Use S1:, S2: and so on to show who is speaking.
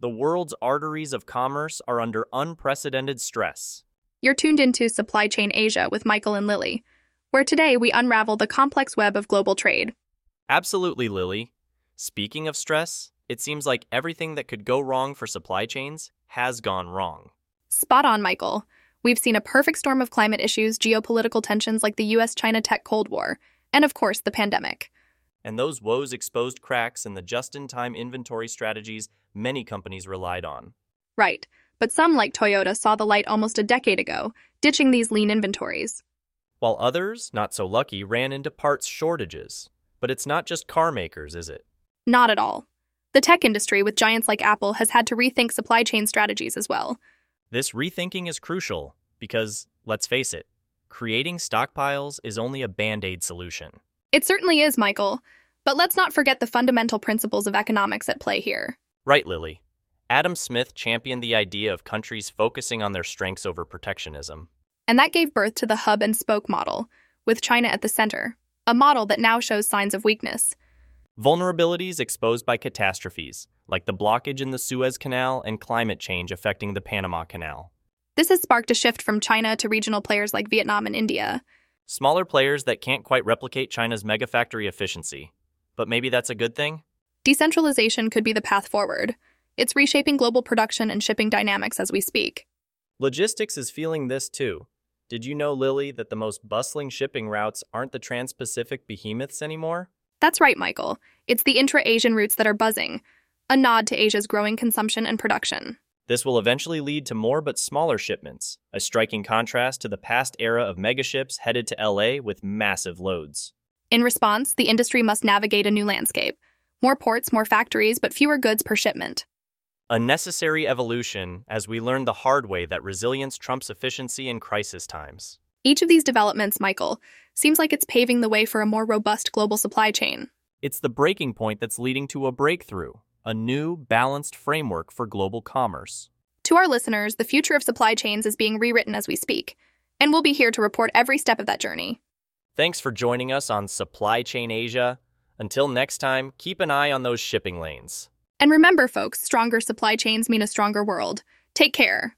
S1: The world's arteries of commerce are under unprecedented stress.
S2: You're tuned into Supply Chain Asia with Michael and Lily, where today we unravel the complex web of global trade.
S1: Absolutely, Lily. Speaking of stress, it seems like everything that could go wrong for supply chains has gone wrong.
S2: Spot on, Michael. We've seen a perfect storm of climate issues, geopolitical tensions like the US China tech Cold War, and of course, the pandemic.
S1: And those woes exposed cracks in the just in time inventory strategies many companies relied on.
S2: Right, but some, like Toyota, saw the light almost a decade ago, ditching these lean inventories.
S1: While others, not so lucky, ran into parts shortages. But it's not just car makers, is it?
S2: Not at all. The tech industry, with giants like Apple, has had to rethink supply chain strategies as well.
S1: This rethinking is crucial because, let's face it, creating stockpiles is only a band aid solution.
S2: It certainly is, Michael. But let's not forget the fundamental principles of economics at play here.
S1: Right, Lily. Adam Smith championed the idea of countries focusing on their strengths over protectionism.
S2: And that gave birth to the hub and spoke model, with China at the center, a model that now shows signs of weakness.
S1: Vulnerabilities exposed by catastrophes, like the blockage in the Suez Canal and climate change affecting the Panama Canal.
S2: This has sparked a shift from China to regional players like Vietnam and India.
S1: Smaller players that can't quite replicate China's megafactory efficiency. But maybe that's a good thing?
S2: Decentralization could be the path forward. It's reshaping global production and shipping dynamics as we speak.
S1: Logistics is feeling this too. Did you know, Lily, that the most bustling shipping routes aren't the trans Pacific behemoths anymore?
S2: That's right, Michael. It's the intra Asian routes that are buzzing, a nod to Asia's growing consumption and production.
S1: This will eventually lead to more but smaller shipments, a striking contrast to the past era of megaships headed to LA with massive loads.
S2: In response, the industry must navigate a new landscape more ports, more factories, but fewer goods per shipment.
S1: A necessary evolution as we learn the hard way that resilience trumps efficiency in crisis times.
S2: Each of these developments, Michael, seems like it's paving the way for a more robust global supply chain.
S1: It's the breaking point that's leading to a breakthrough, a new, balanced framework for global commerce.
S2: To our listeners, the future of supply chains is being rewritten as we speak, and we'll be here to report every step of that journey.
S1: Thanks for joining us on Supply Chain Asia. Until next time, keep an eye on those shipping lanes.
S2: And remember, folks, stronger supply chains mean a stronger world. Take care.